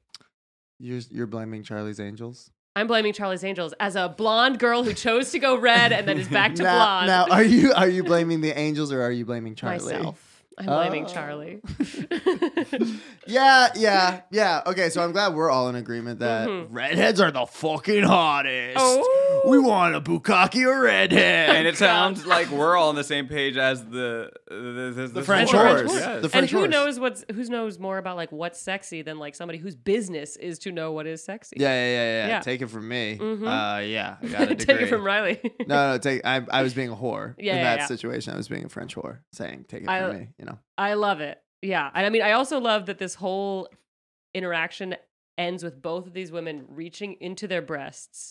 S1: you're you're blaming Charlie's Angels.
S2: I'm blaming Charlie's Angels as a blonde girl who chose to go red and then is back to
S1: now,
S2: blonde.
S1: now, are you are you blaming the Angels or are you blaming Charlie?
S2: Myself. I'm blaming
S1: Oh.
S2: Charlie.
S1: Yeah, yeah,
S2: Mm-hmm. Oh.
S1: yeah. Okay, so I'm glad we're all in agreement that redheads are the fucking hottest. We want a bukkake or redhead.
S5: and it sounds like we're all on the same page as the the, the, the
S1: French
S2: French
S1: horse.
S2: horse.
S1: Yes. The
S2: and
S1: French
S2: who
S1: horse.
S2: knows what's who knows more about like what's sexy than like somebody whose business is to know what is sexy.
S1: yeah, yeah, yeah, yeah,
S2: Yeah.
S1: Take it from me.
S2: Mhm.
S1: Uh, yeah, I got a
S2: Take
S1: degree.
S2: it from Riley.
S1: No, no, take. I, I was being a whore
S2: Yeah,
S1: in
S2: yeah,
S1: that
S2: yeah.
S1: situation. I was being a French whore, saying, "Take it from
S2: I-
S1: me," you know.
S2: I love it. Yeah. And I mean, I also love that this whole interaction ends with both of these women reaching into their breasts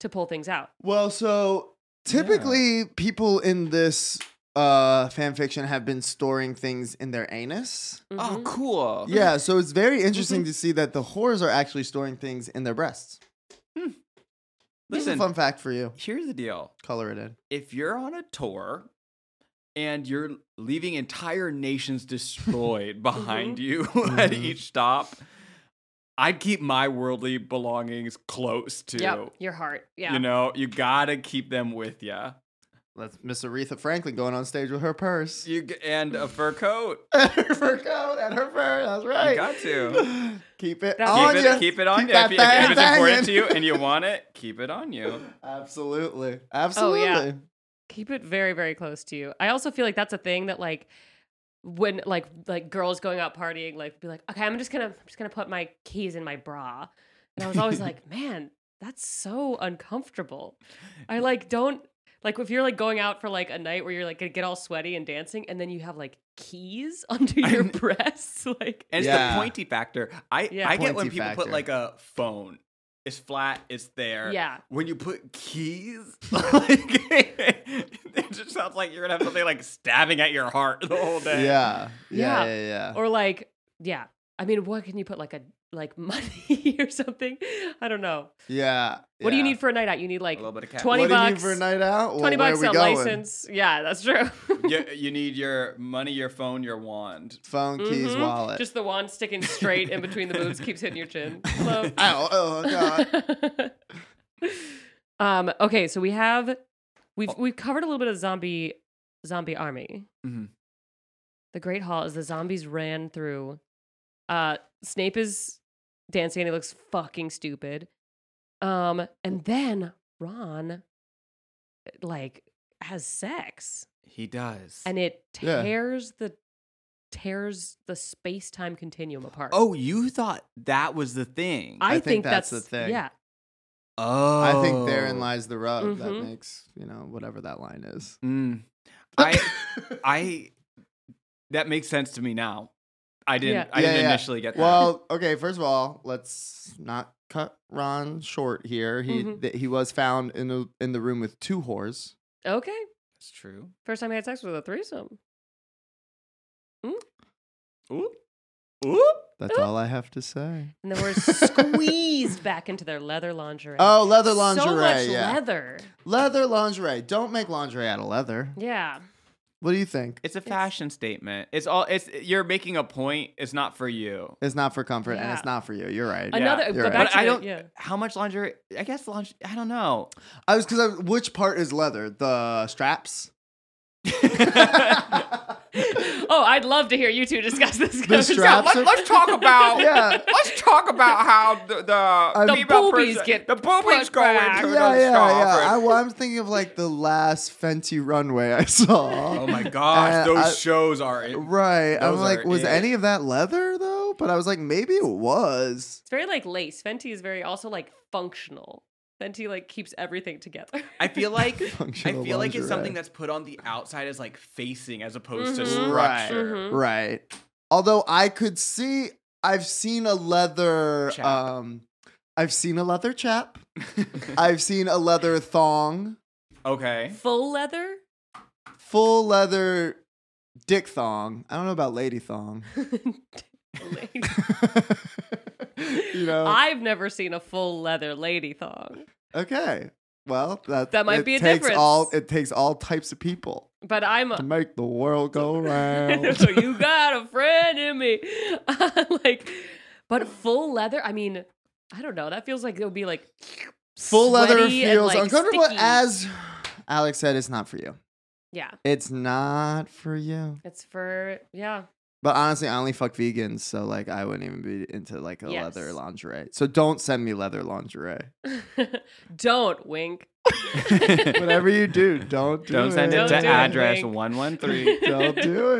S2: to pull things out.
S1: Well, so typically people in this uh, fan fiction have been storing things in their anus.
S2: Mhm.
S4: Oh, cool.
S1: Yeah, so it's
S5: Mm-hmm.
S1: very interesting to see that the whores are actually storing things in their breasts. This is a
S5: Listen,
S1: fun fact for you.
S5: here's the deal.
S1: Color it in.
S5: If you're on a tour and you're leaving entire nations destroyed behind you at
S1: Mhm.
S5: each stop, I'd keep my worldly belongings close to.
S2: Yep. Mm-hmm. Your heart. Yeah.
S5: You know, you gotta keep them with ya.
S1: That's Miss Aretha Franklin going on stage with her purse.
S5: You g- and a fur coat.
S1: her fur coat and her fur. That's right.
S5: You got to
S1: Keep it
S2: That's-
S1: on
S5: keep
S1: you.
S5: it, keep it on you.
S1: that
S5: If, if- if it's
S1: thing
S5: important to
S1: banging.
S5: you Oh, and you want it, keep it on you.
S1: Absolutely. Absolutely.
S2: Keep it very, very close to you. I also feel like that's a thing that like when like like girls going out partying, like be like, okay, I'm just gonna I'm just gonna put my keys in my bra. And I was always like, man, that's so uncomfortable. I like don't like if you're like going out for like a night where you're like gonna get all sweaty and dancing, and then you have like keys under your breasts, like
S5: And it's
S1: Yeah.
S5: the pointy factor. I
S2: Yeah.
S5: I get when
S1: Pointy
S5: people
S1: factor.
S5: put like a phone. It's flat. It's there.
S2: Yeah.
S5: When you put keys, like, it just sounds like you're gonna have something like stabbing at your heart the whole day.
S1: Yeah. Yeah. Yeah.
S2: Yeah.
S1: Yeah. yeah.
S2: or like yeah. I mean, what can you put like a like money or something? I don't know.
S1: yeah.
S2: What do you need for a night out? You need
S5: A
S2: like
S5: little bit of cat.
S2: 20
S1: what do you need
S2: bucks.
S1: for a night out? Well,
S2: 20
S1: where
S2: bucks
S1: are we
S2: a
S1: going?
S2: license. Yeah, that's true.
S5: you, you need your money, your phone, your wand.
S1: Phone, keys,
S2: Mhm.
S1: wallet.
S2: Just the wand sticking straight in between the boobs keeps hitting your chin. Love.
S1: Ow, oh, God.
S2: um, okay, so we have we've we've covered a little bit of zombie zombie army.
S5: Mhm.
S2: The Great Hall is the zombies ran through. Uh Snape is dancing and he looks fucking stupid. Um, and then Ron like has sex.
S5: He does.
S2: and it
S1: Yeah.
S2: tears the tears the space time continuum apart.
S5: oh, you thought that was the thing.
S2: I,
S1: I
S2: think,
S1: think that's
S2: that's,
S1: the thing.
S2: Yeah,
S5: oh,
S1: I think therein lies the rub that
S2: Mhm.
S1: makes, you know, whatever that line is.
S5: Mm. I I that makes sense to me now. I didn't.
S2: Yeah.
S5: I
S1: Yeah,
S5: didn't
S1: yeah.
S5: initially get that.
S1: Well, okay. First of all, let's not cut Ron short here. He
S2: Mhm.
S1: th- he was found in the in the room with two whores.
S2: okay.
S5: that's true.
S2: First time I had sex with a threesome.
S5: Ooh, ooh.
S1: That's all I have to say.
S2: And then we're squeezed back into their leather lingerie.
S1: Oh, leather lingerie.
S2: So much
S1: yeah,
S2: leather.
S1: leather lingerie. Don't make lingerie out of leather.
S2: Yeah.
S1: What do you think?
S5: It's a fashion statement. It's all. It's you're making a point. It's not for you.
S1: It's not for comfort and it's
S2: Yeah.
S1: not for you. You're right.
S2: Another
S1: You're
S2: go
S1: right.
S2: back
S5: But
S2: to
S5: I
S2: the-
S5: don't-
S2: yeah.
S5: How much lingerie? I guess lingerie. I don't know.
S1: I was because which part is leather? The straps.
S2: Oh, I'd love to hear you two discuss this.
S1: The straps. are-
S4: Let's talk about.
S1: yeah.
S4: Let's talk about how the the,
S1: The
S4: female
S2: boobies
S4: person-
S2: get
S4: the boobies
S2: put
S4: go
S2: back.
S4: into
S1: Yeah,
S4: the
S1: yeah, yeah. I,
S4: shop.
S1: well, I'm thinking of like the last Fenty runway I saw.
S5: Oh my gosh,
S1: Uh,
S5: those
S1: I-
S5: shows are.
S1: Right. I'm
S5: Those
S1: like,
S5: are
S1: was
S5: it.
S1: any of that leather though? But I was like, maybe it was.
S2: It's very like lace. Fenty is very also like functional. Fenty like keeps everything together.
S5: I feel like I feel
S1: Functional
S5: like it's
S1: lingerie.
S5: something that's put on the outside as like facing as opposed to
S2: Mhm.
S1: Right.
S5: structure.
S2: Mhm.
S1: Right. Although I could see, I've seen a leather.
S5: Chap.
S1: Um, I've seen a leather chap. I've seen a leather thong,
S5: Okay.
S2: Full leather.
S1: full leather dick thong. I don't know about lady thong. Oh.
S2: Lady-
S1: you know.
S2: I've never seen a full leather lady thong,
S1: okay. Well, that
S2: That might
S1: it
S2: be a
S1: takes
S2: difference.
S1: All it takes all types of people
S2: but I'm
S1: to
S2: a.
S1: make the world go round.
S2: so you got a friend in me, like, but full leather. I mean, I don't know. That feels like it would be like
S1: Full leather
S2: sweaty and,
S1: feels
S2: like,
S1: uncomfortable.
S2: sticky.
S1: As Alex said, it's not for you.
S2: yeah,
S1: It's not for you.
S2: it's for yeah.
S1: But honestly, I only fuck vegans, so like I wouldn't even be into like a
S2: Yes.
S1: leather lingerie. So don't send me leather lingerie.
S2: don't wink.
S1: Whatever you do, don't do
S5: Don't send it
S2: Don't
S5: to
S2: do it,
S5: address
S2: Hank.
S5: 113.
S1: Don't do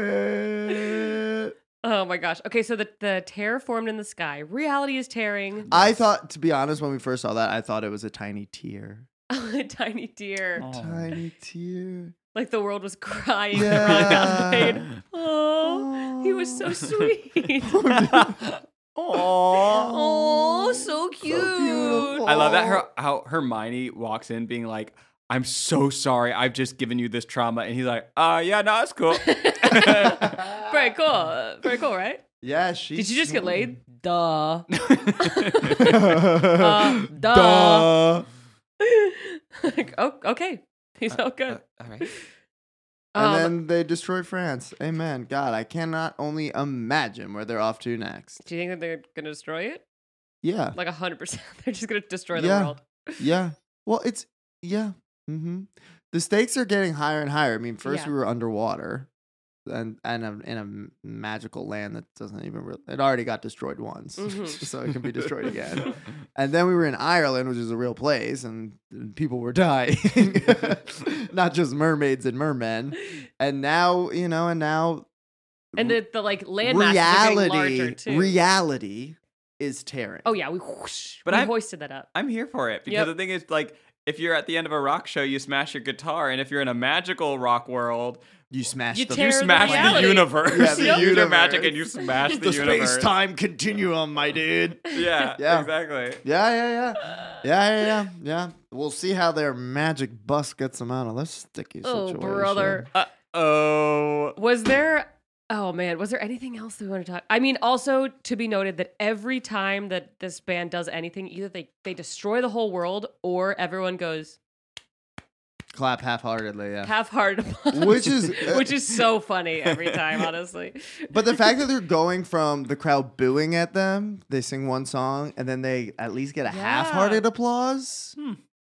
S1: it.
S2: Oh my gosh. Okay, so the, the tear formed in the sky. Reality is tearing.
S1: I thought, to be honest, when we first saw that, I thought it was a tiny tear.
S2: a tiny tear.
S5: Oh.
S1: Tiny tear.
S2: Like the world was crying
S1: Yeah.
S2: around Pain. Oh, he was so sweet. oh, so cute.
S1: beautiful.
S5: I love that her how Hermione walks in being like, I'm so sorry, I've just given you this trauma. And he's like, uh yeah, no, it's cool.
S2: Very cool. Uh, Very cool, right?
S1: Yeah, she.
S2: Did you just get laid? Duh.
S1: uh,
S2: Uh, duh. oh, okay. He's all good.
S3: All right.
S1: And
S2: Um,
S1: Uh, then they destroy France. Amen. God, I cannot only imagine where they're off to next.
S2: do you think that they're going to destroy it?
S1: Yeah.
S2: Like 100%. They're just going to destroy the
S1: Yeah.
S2: world.
S1: Yeah. Well, it's yeah. Mm-hmm. The stakes are getting higher and higher. I mean, first
S2: Yeah.
S1: we were underwater, and and a, in a m- magical land that doesn't even really, it already got destroyed once,
S2: Mhm.
S1: so it can be destroyed again. And then we were in Ireland, which is a real place, and people were dying, not just mermaids and mermen. And now you know, and now
S2: And the, the like landmass are getting larger
S1: reality,
S2: too.
S1: reality is tearing.
S2: oh yeah, we whoosh,
S5: But
S2: we
S5: I'm-
S2: hoisted that up.
S5: I'm here for it. Because
S2: Yep.
S5: the thing is like if you're at the end of a rock show, you smash your guitar, and if you're in a magical rock world,
S1: you smashed
S2: You
S1: the
S2: tear
S5: you
S2: Tear the
S5: smash the,
S2: reality.
S5: universe.
S1: Yeah, the
S5: you use your
S1: universe.
S5: magic and you smash the, universe.
S1: time continuum, my dude.
S5: Yeah,
S1: Yeah.
S5: exactly.
S1: Yeah, yeah, yeah, yeah, yeah, yeah, yeah. We'll see how their magic bus gets them out of this sticky
S2: Oh
S1: situation.
S2: brother.
S5: Oh,
S2: Was there Oh man, was there anything else that we want to talk? I mean, also to be noted that every time that this band does anything, either they they destroy the whole world or everyone goes
S1: clap half-heartedly. Yeah,
S2: half hearted
S1: which is
S5: uh,
S2: which is so funny every time, honestly.
S1: But the fact that they're going from the crowd booing at them, they sing one song, and then they at least get a
S2: Yeah. Hmm.
S1: half-hearted applause.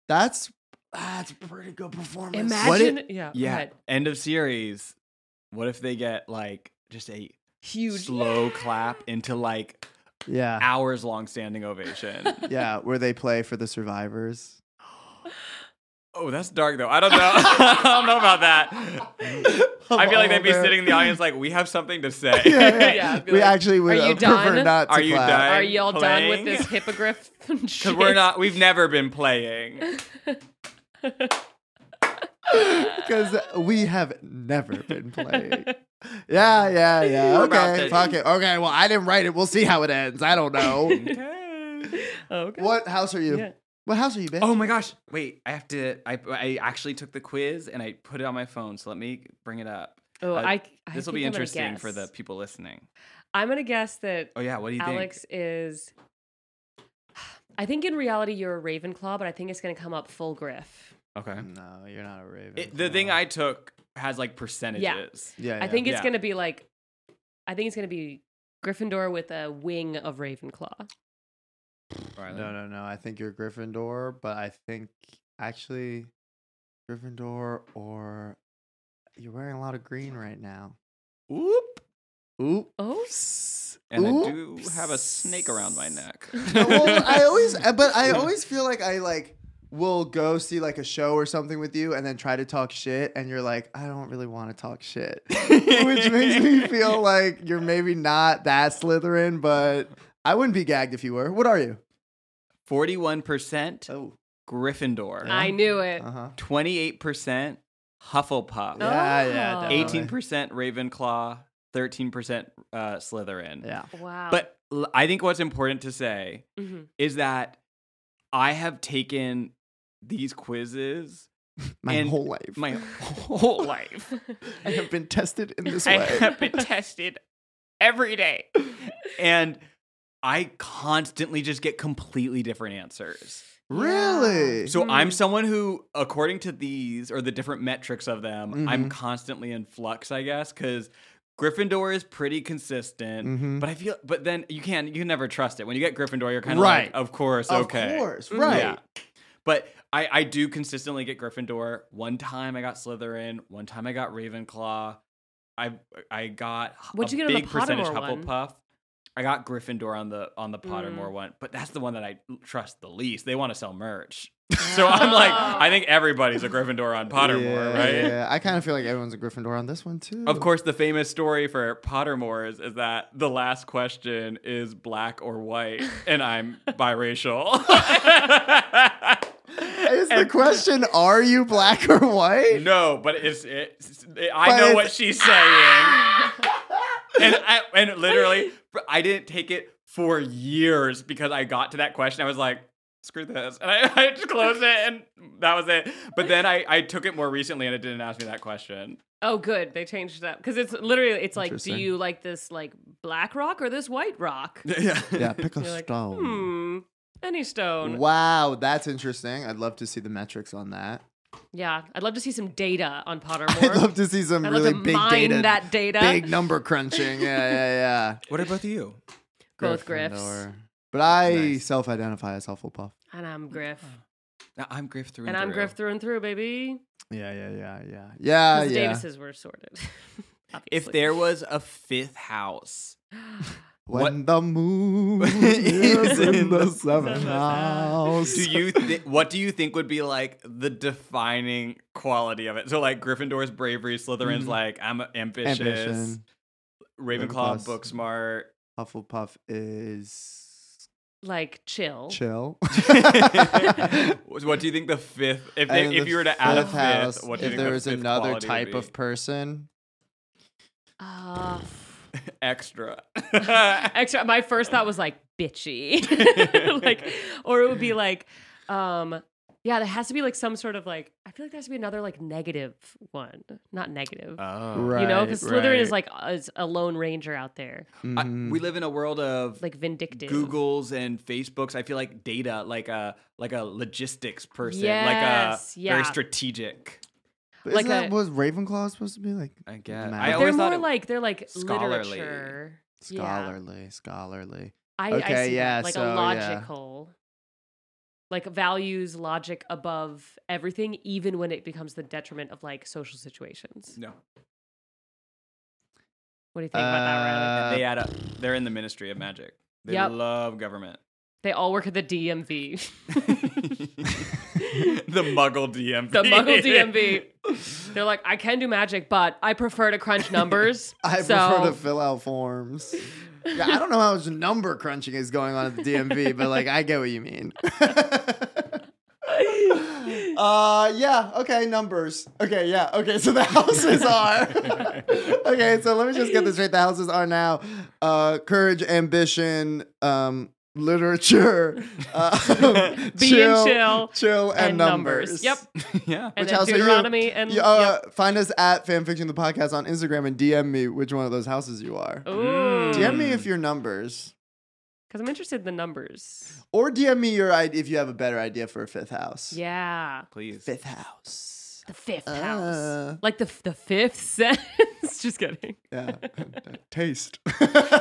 S1: That's that's a pretty good performance. What
S2: Imagine
S1: it-
S2: yeah, go
S5: yeah.
S2: ahead.
S5: End of series. What if they get like just a
S2: huge
S5: slow clap into like
S1: yeah,
S5: hours long standing ovation?
S1: yeah, where they play for the survivors.
S5: oh, that's dark though. I don't know. I don't know about that. I feel like they'd be
S1: Oh, man.
S5: sitting in the audience like, we have something to say.
S1: Yeah,
S2: Yeah, I'd be
S1: we
S2: like,
S1: actually would
S2: "Are you
S1: uh, prefer
S2: done?
S1: not to
S5: Are you
S1: clap.
S5: done?
S2: Are y'all done with
S5: playing?
S2: this hippogriff?
S5: Because we're not, we've never been playing.
S1: Because we have never been playing. Yeah, yeah, yeah.
S5: We're about
S1: Okay,
S5: to-
S1: fuck it. Okay, well, I didn't write it. We'll see how it ends. I don't know.
S2: Okay.
S1: what house are you?
S2: Yeah.
S1: What house are you, bitch?
S5: Oh my gosh. Wait, I have to. I, I actually took the quiz and I put it on my phone. So let me bring it up.
S2: Oh,
S5: Uh,
S2: I, I
S5: This will
S2: think
S5: be
S2: I'm gonna
S5: interesting for the
S2: guess.
S5: people listening.
S2: I'm gonna guess that
S5: Oh, yeah. What do you
S2: Alex is. I think in reality you're a Ravenclaw, but I think it's gonna come up full Griff.
S5: think? Okay.
S1: No, you're not a raven.
S5: It, the thing I took has like percentages.
S1: Yeah,
S2: I think it's
S5: Yeah.
S2: gonna be like, I think it's gonna be Gryffindor with a wing of Ravenclaw.
S5: Riley.
S1: No, no, no. I think you're Gryffindor, but I think actually Gryffindor or you're wearing a lot of green right now.
S5: Oop.
S1: Oop.
S2: Oh,
S5: And I do
S1: Oops.
S5: have a snake around my neck.
S1: well, I always, but I always feel like I like will go see like a show or something with you, and then try to talk shit, and you're like, I don't really want to talk shit, which makes me feel like you're maybe not that Slytherin, but I wouldn't be gagged if you were. What are you?
S5: 41%
S1: Oh,
S5: Gryffindor.
S2: I knew it.
S1: uh huh.
S5: 28% Hufflepuff.
S2: Oh.
S1: Yeah, yeah,
S2: Oh.
S1: definitely.
S5: 18% Ravenclaw. 13% uh, Slytherin.
S1: Yeah.
S2: Wow.
S5: But l- I think what's important to say
S2: Mhm.
S5: is that I have taken these quizzes
S1: My
S5: And
S1: whole life,
S5: my whole life.
S1: I have been tested in this
S5: I
S1: way.
S5: have been tested every day. And I constantly just get completely different answers.
S1: really?
S5: So I'm
S2: Mhm.
S5: someone who, according to these or the different metrics of them,
S1: Mm-hmm.
S5: I'm constantly in flux, I guess, because Gryffindor is pretty consistent.
S1: Mhm.
S5: But I feel, but then you can, you can never trust it. When you get Gryffindor, you're kind of
S1: Right.
S5: like, of course,
S1: of
S5: okay. Mm-hmm.
S1: course,
S2: Mhm.
S1: right?
S5: Yeah. But I, I do consistently get Gryffindor. One time I got Slytherin. One time I got Ravenclaw. I I got
S2: What'd
S5: a
S2: you get on the
S5: big percentage
S2: Pottermore one? Mm.
S5: Hufflepuff. I got Gryffindor on the on the Pottermore one, but that's the one that I trust the least. They want to sell merch, so I'm like,
S2: Ah.
S5: I think everybody's a Gryffindor on Pottermore,
S1: yeah,
S5: right?
S1: Yeah, I kind of feel like everyone's a Gryffindor on this one too.
S5: Of course, the famous story for Pottermore is, is that the last question is black or white, and I'm biracial.
S1: Is the question, are you black or white?
S5: no, but it's, it's it, I
S1: But
S5: know
S1: it's-
S5: what she's saying, and I, and literally, I didn't take it for years because I got to that question, I was like. Screw this. And I, I just closed it and that was it. But then I, I took it more recently and it didn't ask me that question.
S2: Oh, good. They changed that because it's literally it's like, do
S1: Interesting.
S2: you like this like black rock or this white rock?
S5: Yeah.
S1: Yeah, pick a
S2: You're like,
S1: stone.
S2: Hmm. Any stone.
S1: Wow, that's interesting. I'd love to see the metrics on that.
S2: Yeah, I'd love to see some data on
S1: I'd
S2: Pottermore.
S1: love to see some
S2: I'd love
S1: really
S2: to
S1: big
S2: mine
S1: data,
S2: that data.
S1: big number crunching. Yeah, yeah, yeah.
S4: What about you?
S2: Both Griffs.
S1: Gryffindor. But I
S4: Nice.
S1: self-identify as Hufflepuff.
S2: and I'm Griff.
S4: Now, I'm Griff through
S2: And I'm Griff through and through, baby.
S1: Yeah, yeah, yeah, yeah,
S2: 'Cause
S1: yeah,
S2: the
S1: Uh, yeah.
S2: Davises were sorted.
S5: If
S2: Obviously.
S5: there was a fifth house,
S1: When
S5: What-
S1: the moon
S5: Is
S1: is in
S5: in
S1: the
S5: the
S1: seventh house.
S5: do you thi- what do you think would be like the defining quality of it? So like Gryffindor's bravery, Slytherin's
S1: Mhm.
S5: like I'm ambitious,
S1: ambition?
S5: Ravenclaw
S1: Ravenclaw's-
S5: book smart.
S1: Hufflepuff is
S2: like chill.
S1: chill.
S5: what do you think the fifth? If they,
S1: And
S5: if
S1: the
S5: you were to add a
S1: fifth
S5: fifth,
S1: house,
S5: what do
S1: if
S5: you think
S1: there
S5: the
S1: was
S5: fifth
S1: another
S5: quality would
S1: type
S5: be?
S1: of person,
S2: Uh,
S5: extra?
S2: extra. My first thought was like bitchy, like, or it would be like, um, yeah, there has to be like some sort of like. I feel like there has to be another like negative one, not negative.
S1: right?
S2: you know, because Slytherin is
S1: right.
S2: like uh, is a lone ranger out there,
S5: I-
S1: Mhm.
S5: we live in a world of
S2: like vindictive.
S5: Google's and Facebook's. I feel like data, like a like a logistics person,
S2: Yes,
S5: like a very
S2: yeah.
S5: strategic.
S1: Isn't
S2: like
S1: that
S2: a-
S1: was Ravenclaw supposed to be like
S5: I guess.
S1: But they're
S5: I
S2: They're
S5: always thought
S2: more
S5: it-
S2: like they're like
S5: scholarly.
S2: literature. Yeah.
S1: scholarly, scholarly?
S2: I, I
S1: Okay,
S2: see
S1: yeah,
S2: that. like
S1: so,
S2: a
S1: yeah.
S2: logical, like values logic above everything, even when it becomes the detriment of like social situations.
S5: no.
S2: What do you think about that, Riley?
S1: Uh,
S5: they add up. They're in the Ministry of Magic. They
S2: Yep.
S5: love government.
S2: They all work at the DMV.
S5: the Muggle DMV.
S2: The Muggle DMV. They're like, I can do magic, but I prefer to crunch numbers.
S1: I
S2: so
S1: prefer to fill out forms. yeah, I don't know how much number crunching is going on at the DMV, but like I get what you mean. uh yeah, okay, numbers. Okay, yeah. Okay, so the houses are Okay, so let me just get this right. The houses are now uh courage, ambition, um literature, uh,
S2: Being chill,
S1: chill and,
S2: and numbers.
S1: numbers.
S2: Yep.
S5: yeah.
S2: And
S1: Which
S2: then
S1: house are you?
S2: Deuteronomy and
S1: You, uh,
S2: yep.
S1: Find us at fanfiction the podcast on Instagram and DM me which one of those houses you are.
S2: Oh. Ooh.
S1: DM me if your numbers,
S2: Because I'm interested in the numbers.
S1: or DM me your idea if you have a better idea for a fifth house.
S2: Yeah.
S5: Please.
S1: fifth house.
S2: The fifth
S1: Uh.
S2: house. Like the f- the fifth sense. Just kidding.
S1: Yeah, taste. uh,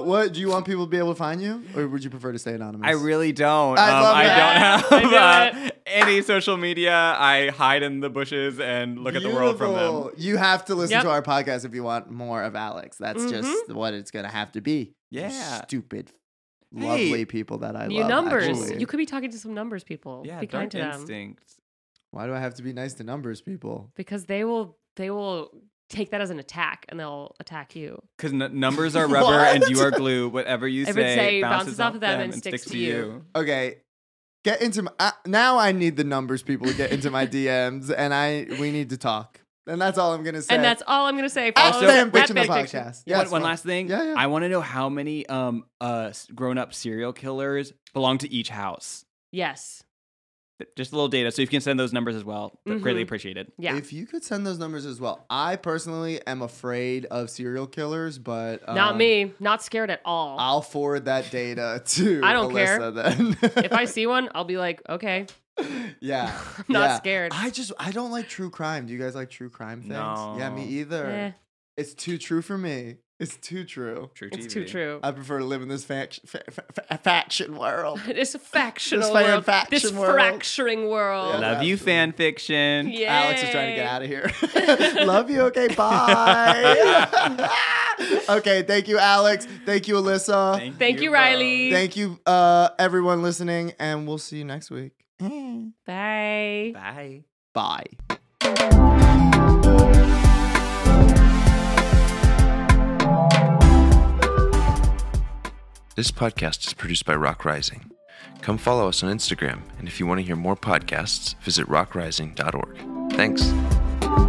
S1: what do you want people to be able to find you, or would you prefer to stay anonymous?
S5: I really don't.
S1: I
S5: um,
S1: love
S5: I
S2: that.
S5: don't have
S2: I knew
S5: uh, any social media. I hide in the bushes and look at the world from them.
S1: Beautiful. You have to listen
S2: Yep. Mm-hmm.
S1: to our podcast if you want more of Alex. That's just what it's gonna have to be. You
S5: Yeah.
S1: stupid,
S5: Hey.
S1: lovely people that I
S2: New
S1: love.
S2: numbers.
S1: actually.
S2: You could be talking to some numbers people.
S5: Yeah,
S2: be kind
S5: dark
S2: to them
S5: instinct.
S1: Why do I have to be nice to numbers, people?
S2: because they will they will take that as an attack and they'll attack you.
S5: Because n- numbers are rubber and you are glue. Whatever you
S2: I would
S5: say,
S2: say bounces off of them
S5: them
S2: and sticks to you.
S1: Okay. Get into my uh, now. I need the numbers people to get into my DMs, and I we need to talk. And that's all I'm gonna say.
S2: And that's all I'm gonna say.
S1: at
S2: Follow us
S1: fan
S2: at
S1: fiction the
S2: fanfiction.
S1: podcast. Yes,
S5: one, one
S1: well,
S5: last thing.
S1: Yeah, yeah.
S5: I want to know how many um uh s- grown-up serial killers belong to each house.
S2: Yes.
S5: Th- Just a little data, so if you can send those numbers as well. th- Greatly
S2: Mhm.
S5: appreciated.
S2: Yeah.
S1: If you could send those numbers as well, I personally am afraid of serial killers, but um,
S2: Not me. Not scared at all.
S1: I'll forward that data to
S2: I don't care.
S1: Alyssa Then
S2: if I see one, I'll be like, okay,
S1: yeah,
S2: I'm not
S1: yeah.
S2: scared.
S1: I just I don't like true crime. Do you guys like true crime things? Yeah,
S5: No.
S1: me either.
S2: Eh.
S1: It's too true for me. It's too true.
S5: True TV.
S2: It's too true.
S1: I prefer to live in this fact- fa- fa- fa- faction world.
S2: This factional
S1: fan
S2: world.
S1: faction
S2: this
S1: world.
S2: fracturing world.
S5: Love you, fan fiction.
S2: Yeah.
S1: Alex is trying to get out of here. Love you. Okay, bye. okay, thank you, Alex. Thank you, Alyssa. Thank,
S2: Thank you,
S5: both.
S2: Riley.
S1: you, uh, everyone listening, and we'll see you next week.
S2: Bye.
S6: Bye.
S1: Bye.
S7: This podcast is produced by Rock Rising. Come follow us on Instagram, and if you want to hear more podcasts, visit rockrising.org. Thanks.